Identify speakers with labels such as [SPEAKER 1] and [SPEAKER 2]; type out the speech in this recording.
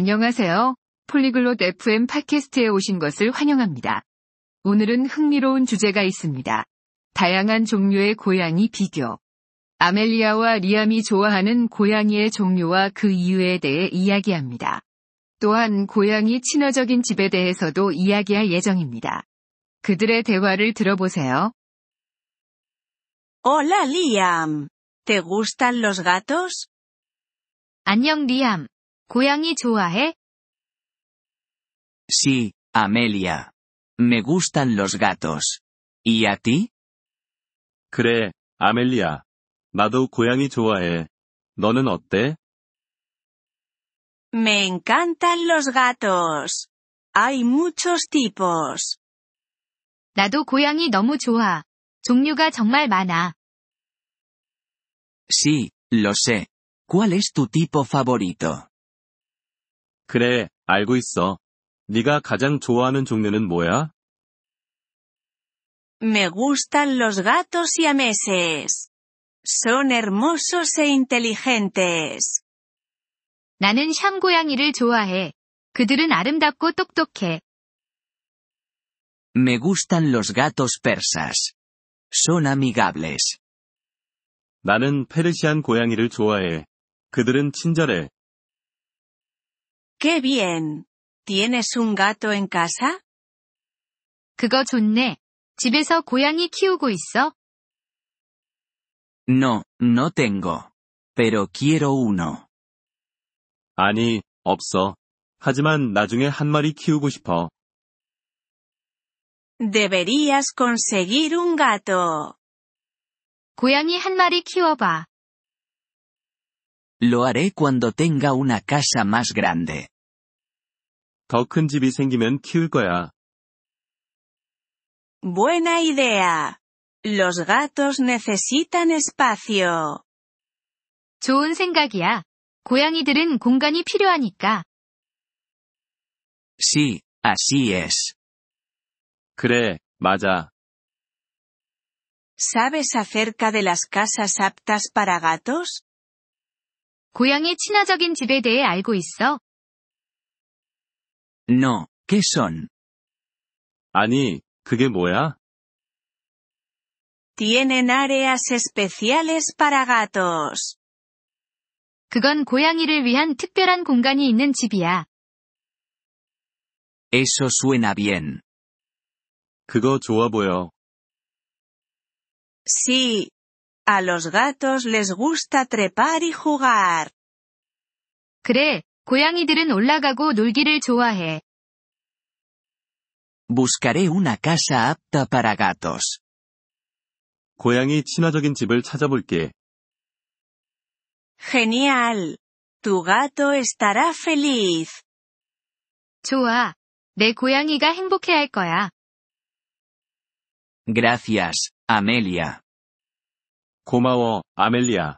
[SPEAKER 1] 안녕하세요. 폴리글롯 FM 팟캐스트에 오신 것을 환영합니다. 오늘은 흥미로운 주제가 있습니다. 다양한 종류의 고양이 비교. 아멜리아와 리암이 좋아하는 고양이의 종류와 그 이유에 대해 이야기합니다. 또한 고양이 친화적인 집에 대해서도 이야기할 예정입니다. 그들의 대화를 들어보세요.
[SPEAKER 2] Hola Liam. ¿Te gustan los gatos?
[SPEAKER 1] 안녕 리암. 고양이 좋아해?
[SPEAKER 3] Sí, Amelia. Me gustan los gatos. ¿Y a ti?
[SPEAKER 4] 그래, 아멜리아. 나도 고양이 좋아해. 너는 어때?
[SPEAKER 2] Me encantan los gatos. Hay muchos tipos.
[SPEAKER 1] 나도 고양이 너무 좋아. 종류가 정말 많아.
[SPEAKER 3] Sí, lo sé. ¿Cuál es tu tipo favorito?
[SPEAKER 4] 그래, 알고 있어. 네가 가장 좋아하는 종류는 뭐야?
[SPEAKER 2] Me gustan los gatos y siameses. Son hermosos e inteligentes.
[SPEAKER 1] 나는 샴 고양이를 좋아해. 그들은 아름답고 똑똑해.
[SPEAKER 3] Me gustan los gatos persas. Son amigables.
[SPEAKER 4] 나는 페르시안 고양이를 좋아해. 그들은 친절해.
[SPEAKER 2] ¡Qué bien! ¿Tienes un gato en casa?
[SPEAKER 1] 그거 좋네. 집에서 고양이 키우고 있어?
[SPEAKER 3] No, no tengo. Pero quiero uno.
[SPEAKER 4] 아니, 없어. 하지만 나중에 한 마리 키우고 싶어.
[SPEAKER 2] Deberías conseguir un gato.
[SPEAKER 1] 고양이 한 마리 키워봐.
[SPEAKER 3] Lo haré cuando tenga una casa más grande.
[SPEAKER 4] 더 큰 집이 생기면 키울 거야.
[SPEAKER 2] Buena idea. Los gatos necesitan espacio.
[SPEAKER 1] 좋은 생각이야. 고양이들은 공간이 필요하니까.
[SPEAKER 3] Sí, así es.
[SPEAKER 4] 그래, 맞아.
[SPEAKER 2] ¿Sabes acerca de las casas aptas para gatos?
[SPEAKER 1] 고양이 친화적인 집에 대해 알고 있어?
[SPEAKER 3] No, ¿qué son?
[SPEAKER 4] 아니, 그게 뭐야?
[SPEAKER 2] Tienen áreas especiales para gatos.
[SPEAKER 1] 그건 고양이를 위한 특별한 공간이 있는 집이야.
[SPEAKER 3] Eso suena bien.
[SPEAKER 4] 그거 좋아 보여.
[SPEAKER 2] Sí. A los gatos les gusta trepar y jugar.
[SPEAKER 1] 그래, 고양이들은 올라가고 놀기를 좋아해.
[SPEAKER 3] Buscaré una casa apta para gatos.
[SPEAKER 4] 고양이 친화적인 집을 찾아볼게.
[SPEAKER 2] Genial. Tu gato estará feliz.
[SPEAKER 1] 좋아. 내 고양이가 행복해할 거야.
[SPEAKER 3] Gracias, Amelia.
[SPEAKER 4] 고마워, 아멜리아.